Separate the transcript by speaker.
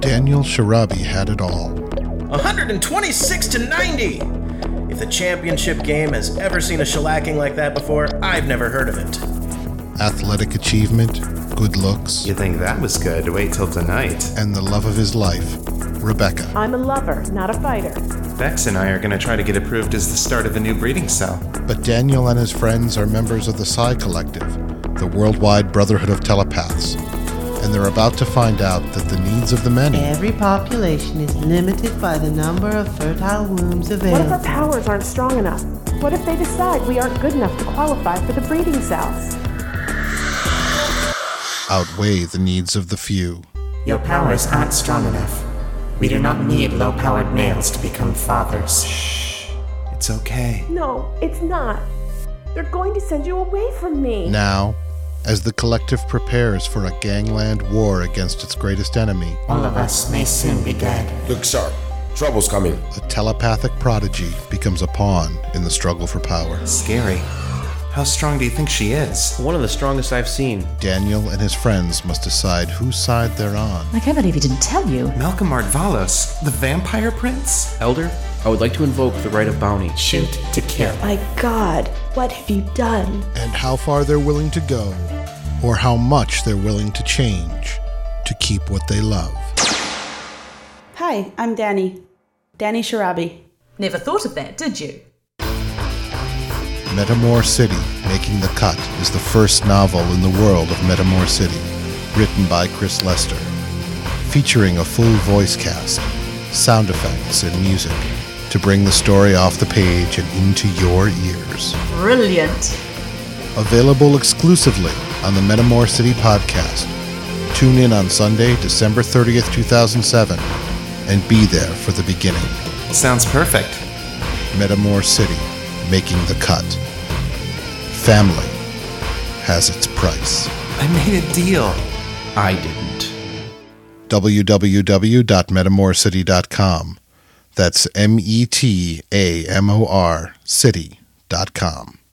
Speaker 1: Daniel Shirabi had it all.
Speaker 2: 126 to 90! If the championship game has ever seen a shellacking like that before, I've never heard of it.
Speaker 1: Athletic achievement, good looks,
Speaker 3: You think that was good? Wait till tonight.
Speaker 1: and the love of his life, Rebecca.
Speaker 4: I'm a lover, not a fighter.
Speaker 3: Bex and I are gonna try to get approved as the start of a new breeding cell.
Speaker 1: But Daniel and his friends are members of the Psi Collective, the worldwide brotherhood of telepaths, and they're about to find out that the needs of the many
Speaker 5: Every population is limited by the number of fertile wombs
Speaker 4: What if our
Speaker 5: available.
Speaker 4: powers aren't strong enough? What if they decide we aren't good enough to qualify for the breeding cells?
Speaker 1: outweigh the needs of the few.
Speaker 6: Your powers aren't strong enough. We do not need low powered males to become fathers.
Speaker 3: It's okay.
Speaker 4: No, it's not. They're going to send you away from me.
Speaker 1: Now, as the collective prepares for a gangland war against its greatest enemy,
Speaker 6: All of us may soon be dead.
Speaker 7: Look sharp. Trouble's coming.
Speaker 1: a telepathic prodigy becomes a pawn in the struggle for power.
Speaker 3: Scary. How strong do you think she is?
Speaker 8: One of the strongest I've seen.
Speaker 1: Daniel and his friends must decide whose side they're on.
Speaker 9: I can't believe he didn't tell you.
Speaker 3: Malcolm Ardvalos, the vampire prince?
Speaker 8: Elder, I would like to invoke the right of bounty.
Speaker 6: Shoot to kill.
Speaker 10: My god, what have you done?
Speaker 1: and how far they're willing to go, or how much they're willing to change to keep what they love.
Speaker 11: Hi, I'm Danny. Danny Shirabi.
Speaker 9: Never thought of that, did you?
Speaker 1: Metamore City Making the Cut is the first novel in the world of Metamore City, written by Chris Lester, featuring a full voice cast, sound effects, and music to bring the story off the page and into your ears.
Speaker 9: Brilliant.
Speaker 1: Available exclusively on the Metamore City podcast. Tune in on Sunday, December 30th, 2007, and be there for the beginning.
Speaker 3: Sounds perfect.
Speaker 1: Metamore City making the cut. Family has its price.
Speaker 3: I made a deal.
Speaker 8: I didn't.
Speaker 1: www.metamorecity.com. That's M E T A M O R city.com.